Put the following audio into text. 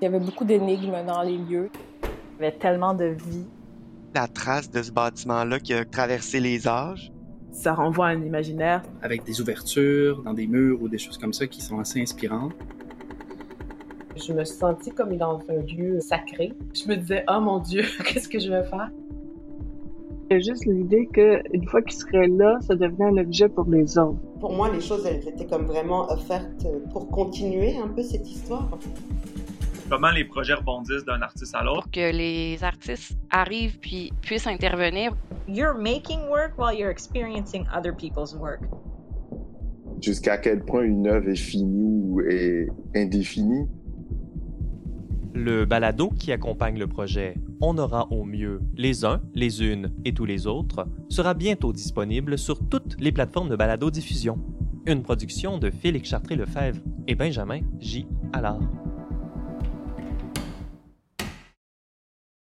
Il y avait beaucoup d'énigmes dans les lieux. Il y avait tellement de vie. La trace de ce bâtiment-là qui a traversé les âges. Ça renvoie à un imaginaire. Avec des ouvertures dans des murs ou des choses comme ça qui sont assez inspirantes. Je me suis sentie comme dans un lieu sacré. Je me disais, oh mon Dieu, qu'est-ce que je vais faire? Il y a juste l'idée qu'une fois qu'il serait là, ça devenait un objet pour les autres. Pour moi, les choses, elles étaient comme vraiment offertes pour continuer un peu cette histoire. Comment les projets rebondissent d'un artiste à l'autre. Que les artistes arrivent puis puissent intervenir. You're making work while you're experiencing other people's work. Jusqu'à quel point une œuvre est finie ou est indéfinie. Le balado qui accompagne le projet On aura au mieux les uns, les unes et tous les autres sera bientôt disponible sur toutes les plateformes de balado diffusion. Une production de Félix Chartré-Lefebvre et Benjamin J. Allard.